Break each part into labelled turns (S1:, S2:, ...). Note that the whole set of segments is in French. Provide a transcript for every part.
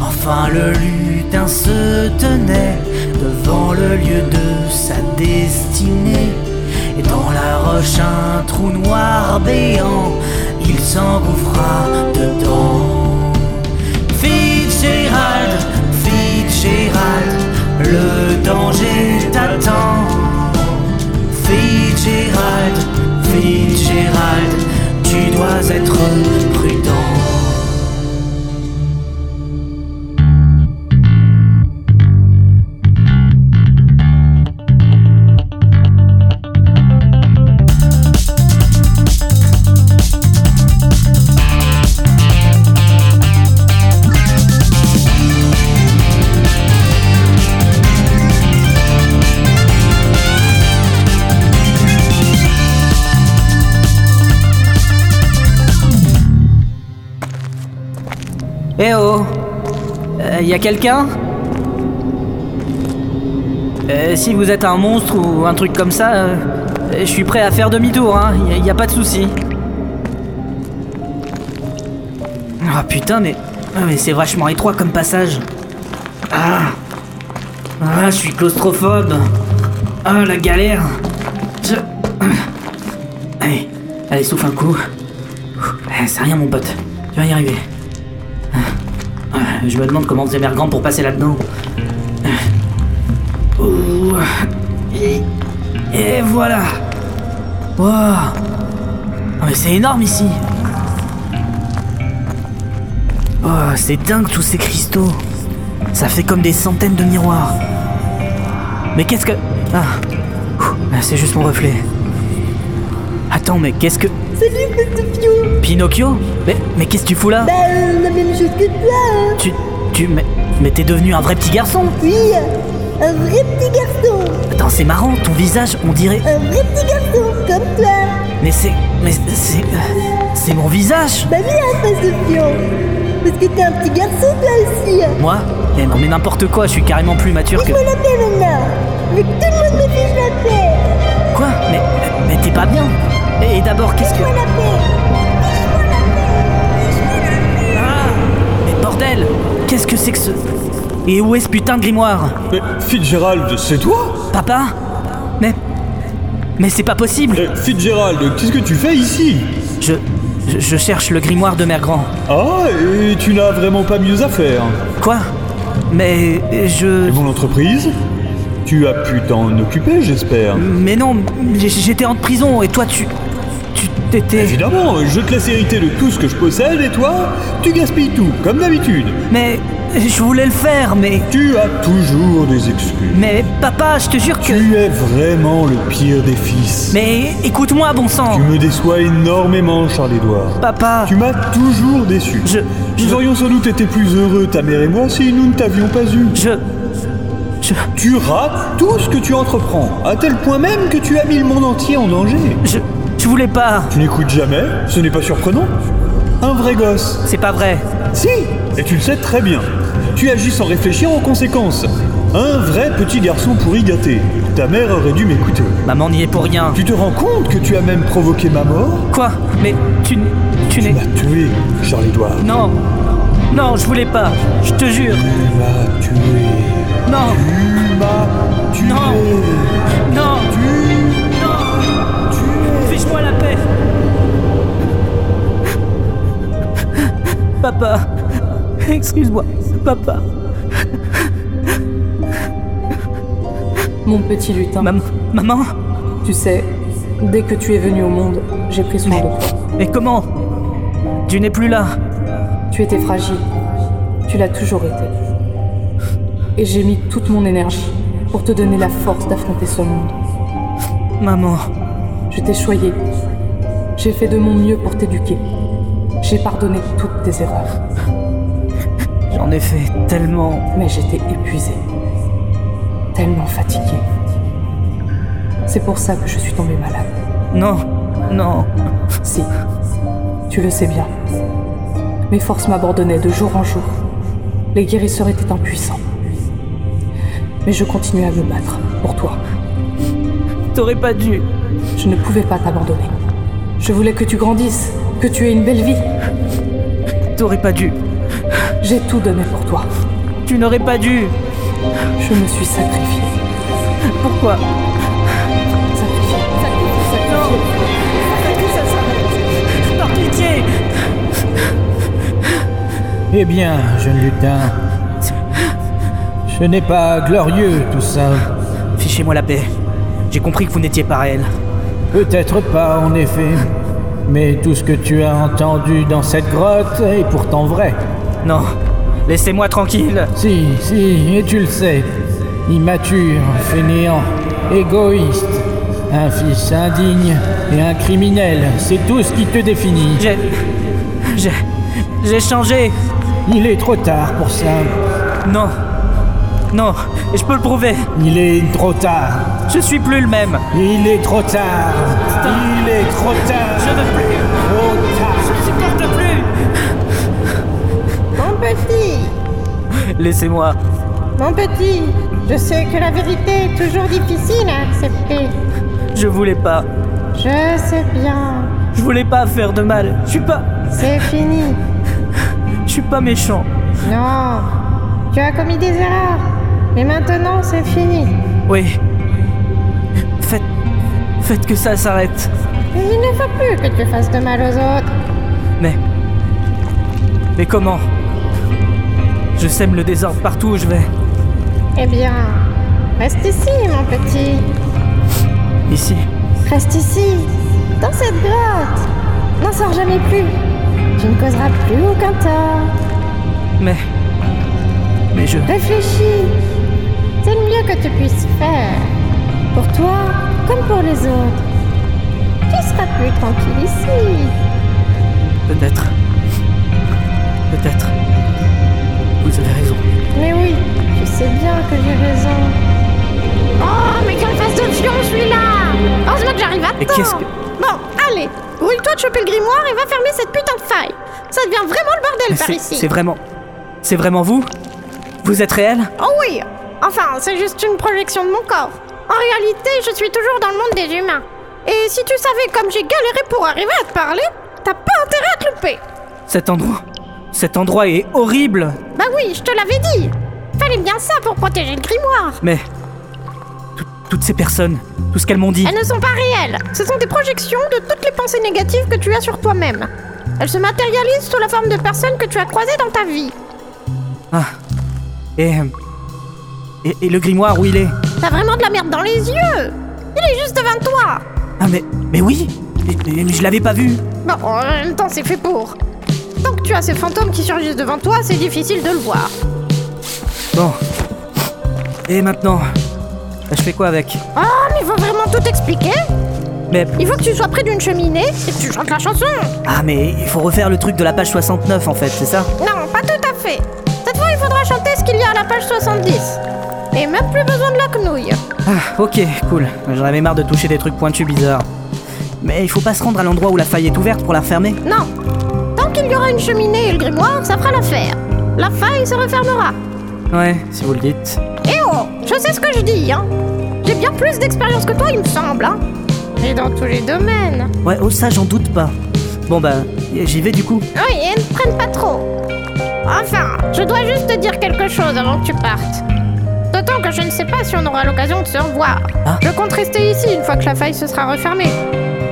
S1: Enfin le lutin se tenait devant le lieu de sa destinée. Et dans la roche un trou noir béant, il s'engouffra dedans. Fitzgerald, Fitzgerald, le danger t'attend. Fitzgerald, Fitzgerald, tu dois être prudent. Eh oh Euh, Y a quelqu'un Euh, Si vous êtes un monstre ou un truc comme ça, euh, je suis prêt à faire demi-tour, hein. Y a, y a pas de souci. Ah putain, mais. ah, Mais c'est vachement étroit comme passage. Ah Ah, je suis claustrophobe Ah, la galère Je. euh, Allez, allez, souffle un coup. Eh, C'est rien, mon pote. Tu vas y arriver. Je me demande comment faisait Mergrand pour passer là-dedans. Ouh. Et, et voilà. Wow. Ah, Mais c'est énorme ici. Oh, c'est dingue tous ces cristaux. Ça fait comme des centaines de miroirs. Mais qu'est-ce que... Ah. Ouh, C'est juste mon reflet. Attends, mais qu'est-ce que...
S2: Salut, Pistofio
S1: Pinocchio Mais, mais qu'est-ce que tu fous là
S2: Bah, euh, la même chose que toi hein.
S1: Tu... Tu... Mais, mais t'es devenu un vrai petit garçon
S2: Oui, un vrai petit garçon
S1: Attends, c'est marrant, ton visage, on dirait.
S2: Un vrai petit garçon, comme toi
S1: Mais c'est. Mais c'est. euh, C'est mon visage
S2: Bah oui, hein, Pistofio Parce que t'es un petit garçon, toi aussi
S1: Moi Eh non, mais n'importe quoi, je suis carrément plus mature
S2: Je
S1: que.
S2: me la fais maintenant Mais tout le monde me fait, je la fais
S1: Quoi Mais. Mais t'es pas bien Eh, Et d'abord, qu'est-ce que.
S2: Je me la fais
S1: Ah Mais bordel Qu'est-ce que c'est que ce. Et où est ce putain de grimoire
S3: Mais Fitzgerald, c'est toi
S1: Papa Mais. Mais c'est pas possible
S3: Eh, Fitzgerald, qu'est-ce que tu fais ici
S1: je, je. je cherche le grimoire de Mère Grand.
S3: Ah, et tu n'as vraiment pas mieux à faire.
S1: Quoi Mais. Je.
S3: Et mon entreprise Tu as pu t'en occuper, j'espère.
S1: Mais non, j'- j'étais en prison et toi tu. Tu t'étais.
S3: Évidemment, je te laisse hériter de tout ce que je possède et toi, tu gaspilles tout, comme d'habitude.
S1: Mais. Je voulais le faire, mais.
S3: Tu as toujours des excuses.
S1: Mais papa, je te jure que.
S3: Tu es vraiment le pire des fils.
S1: Mais écoute-moi, bon sang.
S3: Tu me déçois énormément, Charles-Édouard.
S1: Papa.
S3: Tu m'as toujours déçu.
S1: Je-
S3: Nous
S1: je-
S3: aurions sans doute été plus heureux, ta mère et moi, si nous ne t'avions pas eu.
S1: Je. Je.
S3: Tu rates tout ce que tu entreprends, à tel point même que tu as mis le monde entier en danger.
S1: Je. Je voulais pas.
S3: Tu n'écoutes jamais, ce n'est pas surprenant. Un vrai gosse.
S1: C'est pas vrai.
S3: Si, et tu le sais très bien. Tu agis sans réfléchir aux conséquences. Un vrai petit garçon pourri gâté. Ta mère aurait dû m'écouter.
S1: Maman n'y est pour rien.
S3: Tu te rends compte que tu as même provoqué ma mort
S1: Quoi Mais tu. n- Tu
S3: Tu
S1: n'es.
S3: m'as tué, Charles-Édouard.
S1: Non. Non, je voulais pas. Je te jure.
S3: Tu m'as tué.
S1: Non.
S3: Tu m'as tué.
S1: Non. Non.
S3: Tu
S1: Non.
S3: m'as tué.
S1: Fiche-moi la paix. Papa. Excuse-moi. Papa.
S4: Mon petit lutin,
S1: Maman. Maman
S4: tu sais, dès que tu es venu au monde, j'ai pris soin de toi.
S1: Mais comment Tu n'es plus là.
S4: Tu étais fragile. Tu l'as toujours été. Et j'ai mis toute mon énergie pour te donner la force d'affronter ce monde.
S1: Maman.
S4: Je t'ai choyé. J'ai fait de mon mieux pour t'éduquer. J'ai pardonné toutes tes erreurs.
S1: J'en ai fait tellement.
S4: Mais j'étais épuisée. Tellement fatiguée. C'est pour ça que je suis tombée malade.
S1: Non, non.
S4: Si, tu le sais bien. Mes forces m'abandonnaient de jour en jour. Les guérisseurs étaient impuissants. Mais je continuais à me battre pour toi.
S1: T'aurais pas dû.
S4: Je ne pouvais pas t'abandonner. Je voulais que tu grandisses, que tu aies une belle vie.
S1: T'aurais pas dû.
S4: J'ai tout donné pour toi.
S1: Tu n'aurais pas dû.
S4: Je me suis sacrifiée.
S1: Pourquoi
S4: Sacrifiée.
S1: Par pitié
S5: Eh bien, jeune lutin, ce n'est pas glorieux tout ça.
S1: Fichez-moi la paix. J'ai compris que vous n'étiez pas réel.
S5: Peut-être pas, en effet. Mais tout ce que tu as entendu dans cette grotte est pourtant vrai.
S1: Non. Laissez-moi tranquille.
S5: Si, si, et tu le sais. Immature, fainéant, égoïste, un fils indigne et un criminel, c'est tout ce qui te définit.
S1: J'ai. J'ai. J'ai changé.
S5: Il est trop tard pour ça.
S1: Non. Non. Et je peux le prouver.
S5: Il est trop tard.
S1: Je suis plus le même.
S5: Il est trop tard. Il est trop tard.
S1: Je ne veux plus.
S5: Trop tard.
S1: Je ne supporte plus.
S2: Mon petit,
S1: Laissez-moi.
S2: mon petit, je sais que la vérité est toujours difficile à accepter.
S1: Je voulais pas.
S2: Je sais bien,
S1: Je voulais pas faire de mal. Je suis pas.
S2: c'est fini.
S1: Je suis pas méchant.
S2: Non, tu as commis des erreurs, mais maintenant c'est fini.
S1: Oui. Faites. Faites que ça s'arrête.
S2: Mais il ne faut plus que tu fasses de mal aux autres.
S1: Mais. Mais comment Je sème le désordre partout où je vais.
S2: Eh bien, reste ici, mon petit.
S1: Ici.
S2: Reste ici, dans cette grotte. N'en sors jamais plus. Tu ne causeras plus aucun tort.
S1: Mais. Mais je.
S2: Réfléchis. C'est le mieux que tu puisses faire. Pour toi, comme pour les autres. Tu seras plus tranquille ici.
S1: Peut-être. Peut-être. Vous avez raison.
S2: Mais oui, je sais bien que j'ai raison. Oh, mais quelle face de fion celui-là Heureusement que j'arrive à
S1: Mais
S2: temps
S1: qu'est-ce que-
S2: Bon, allez, roule-toi de choper le grimoire et va fermer cette putain de faille. Ça devient vraiment le bordel par
S1: C'est
S2: ici.
S1: c'est vraiment. C'est vraiment vous Vous êtes réel
S2: Oh oui Enfin, c'est juste une projection de mon corps. En réalité, je suis toujours dans le monde des humains. Et si tu savais comme j'ai galéré pour arriver à te parler, t'as pas intérêt à te louper.
S1: Cet endroit. Cet endroit est horrible
S2: Bah oui, je te l'avais dit. Fallait bien ça pour protéger le grimoire.
S1: Mais. tout- Toutes ces personnes, tout ce qu'elles m'ont dit.
S2: Elles ne sont pas réelles. Ce sont des projections de toutes les pensées négatives que tu as sur toi-même. Elles se matérialisent sous la forme de personnes que tu as croisées dans ta vie.
S1: Ah. Et. Et, et le grimoire, où il est
S2: T'as vraiment de la merde dans les yeux. Il est juste devant toi.
S1: Ah, mais. Mais oui Mais- mais je l'avais pas vu
S2: Bon, en même temps, c'est fait pour. Tant que tu as ces fantômes qui surgissent devant toi, c'est difficile de le voir.
S1: Bon. Et maintenant Je fais quoi avec
S2: Oh, mais faut vraiment tout expliquer
S1: Mais.
S2: Il faut que tu sois près d'une cheminée et que tu chantes la chanson.
S1: Ah, mais il faut refaire le truc de la page 69 en fait, c'est ça
S2: Non, pas tout à fait. Cette fois, il faudra chanter ce qu'il y a à la page 70. Et même plus besoin de la quenouille.
S1: Ah, ok, cool. J'en avais marre de toucher des trucs pointus bizarres. Mais il faut pas se rendre à l'endroit où la faille est ouverte pour la fermer.
S2: Non. Tant qu'il y aura une cheminée et le grimoire, ça fera l'affaire. La faille se refermera.
S1: Ouais, si vous le dites.
S2: Eh oh, je sais ce que je dis, hein. J'ai bien plus d'expérience que toi, il me semble, hein. Et dans tous les domaines.
S1: Ouais, oh ça j'en doute pas. Bon bah, j'y vais du coup.
S2: Oui, et ne traîne pas trop. Enfin, je dois juste te dire quelque chose avant que tu partes. D'autant que je ne sais pas si on aura l'occasion de se revoir.
S1: Ah.
S2: Je compte rester ici une fois que la faille se sera refermée.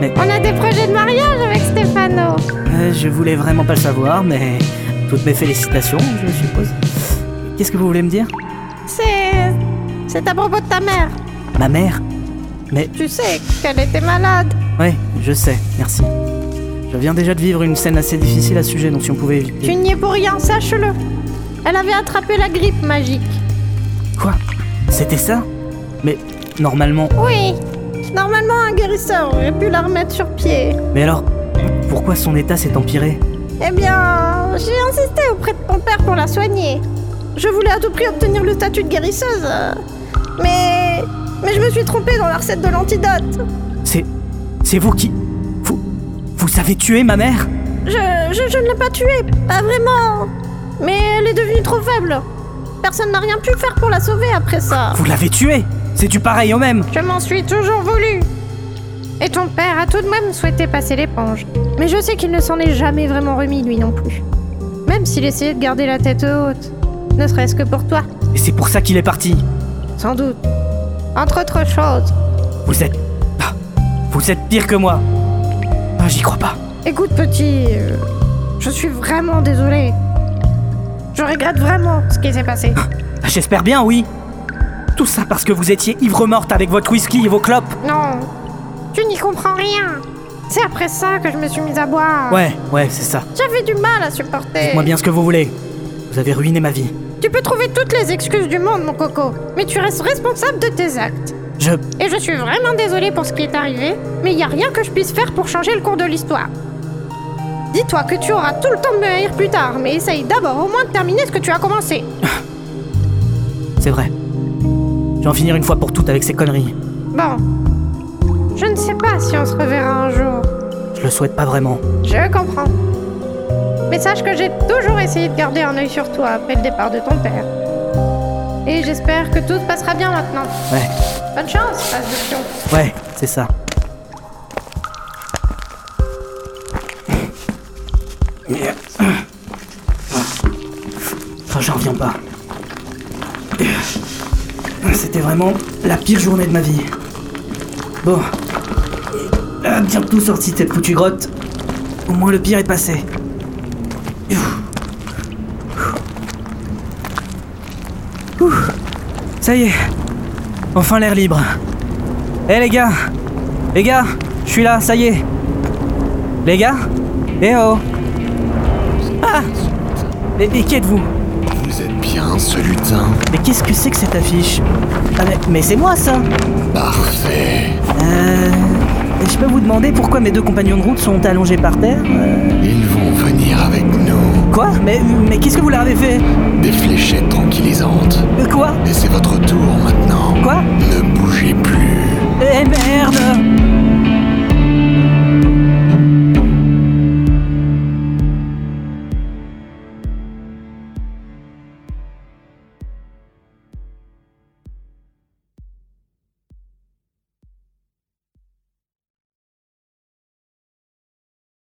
S1: Mais-
S2: On a des projets de mariage avec Stéphano.
S1: Euh, je voulais vraiment pas le savoir, mais toutes mes félicitations, je suppose. Qu'est-ce que vous voulez me dire
S2: C'est. C'est à propos de ta mère.
S1: Ma mère Mais
S2: Tu sais qu'elle était malade.
S1: ouais, je sais, merci. Je viens déjà de vivre une scène assez difficile à ce sujet, donc si on pouvait éviter.
S2: Tu n'y es pour rien, sache-le. Elle avait attrapé la grippe magique.
S1: Quoi C'était ça Mais normalement.
S2: Oui. Normalement, un guérisseur aurait pu la remettre sur pied.
S1: Mais alors, pourquoi son état s'est empiré
S2: Eh bien, j'ai insisté auprès de ton père pour la soigner. Je voulais à tout prix obtenir le statut de guérisseuse. euh, Mais. Mais je me suis trompée dans la recette de l'antidote.
S1: C'est. C'est vous qui. Vous. Vous avez tué ma mère
S2: Je, je, je ne l'ai pas tuée, pas vraiment. Mais elle est devenue trop faible. Personne n'a rien pu faire pour la sauver après ça.
S1: Vous l'avez tuée C'est du pareil au même
S2: Je m'en suis toujours voulu. Et ton père a tout de même souhaité passer l'éponge. Mais je sais qu'il ne s'en est jamais vraiment remis, lui non plus. Même s'il essayait de garder la tête haute. Ne serait-ce que pour toi,
S1: Et c'est pour ça qu'il est parti.
S2: sans doute. Entre autres choses.
S1: Vous êtes. Ah, Vous êtes pire que moi. Ah, J'y crois pas.
S2: Écoute, petit, euh, je suis vraiment désolée. Je regrette vraiment ce qui s'est passé.
S1: Ah, J'espère bien, oui. Tout ça parce que vous étiez ivre-morte avec votre whisky et vos clopes.
S2: Non, tu n'y comprends rien. C'est après ça que je me suis mise à boire.
S1: Ouais, ouais, c'est ça.
S2: J'avais du mal à supporter.
S1: Dites-moi bien ce que vous voulez. Vous avez ruiné ma vie.
S2: Tu peux trouver toutes les excuses du monde, mon coco, mais tu restes responsable de tes actes.
S1: Je.
S2: Et je suis vraiment désolée pour ce qui est arrivé, mais il n'y a rien que je puisse faire pour changer le cours de l'histoire. Dis-toi que tu auras tout le temps de me haïr plus tard, mais essaye d'abord au moins de terminer ce que tu as commencé.
S1: C'est vrai. Je vais en finir une fois pour toutes avec ces conneries.
S2: Bon. Je ne sais pas si on se reverra un jour.
S1: Je le souhaite pas vraiment.
S2: Je comprends. Mais sache que j'ai toujours essayé de garder un œil sur toi après le départ de ton père. Et j'espère que tout se passera bien maintenant.
S1: Ouais,
S2: Bonne chance, passe de pion.
S1: ouais, c'est ça. Enfin, j'en reviens pas. C'était vraiment la pire journée de ma vie. Bon. Ah, Bientôt sorti de cette foutue grotte. Au moins le pire est passé. Ouh. Ça y est. Enfin l'air libre. Eh les gars Les gars Je suis là, ça y est Les gars Eh oh Ah Mais, mais qui êtes-vous
S6: Vous êtes bien ce lutin
S1: Mais qu'est-ce que c'est que cette affiche Ah mais, mais c'est moi ça
S6: Parfait
S1: Euh... Je peux vous demander pourquoi mes deux compagnons de route sont allongés par terre Euh,
S6: Ils vont venir avec nous.
S1: Quoi Mais, mais qu'est-ce que vous leur avez fait
S6: Des fléchettes tranquillisantes.
S1: Euh, Quoi
S6: Et c'est votre tour maintenant.
S1: Quoi
S6: Ne bougez plus.
S1: Eh merde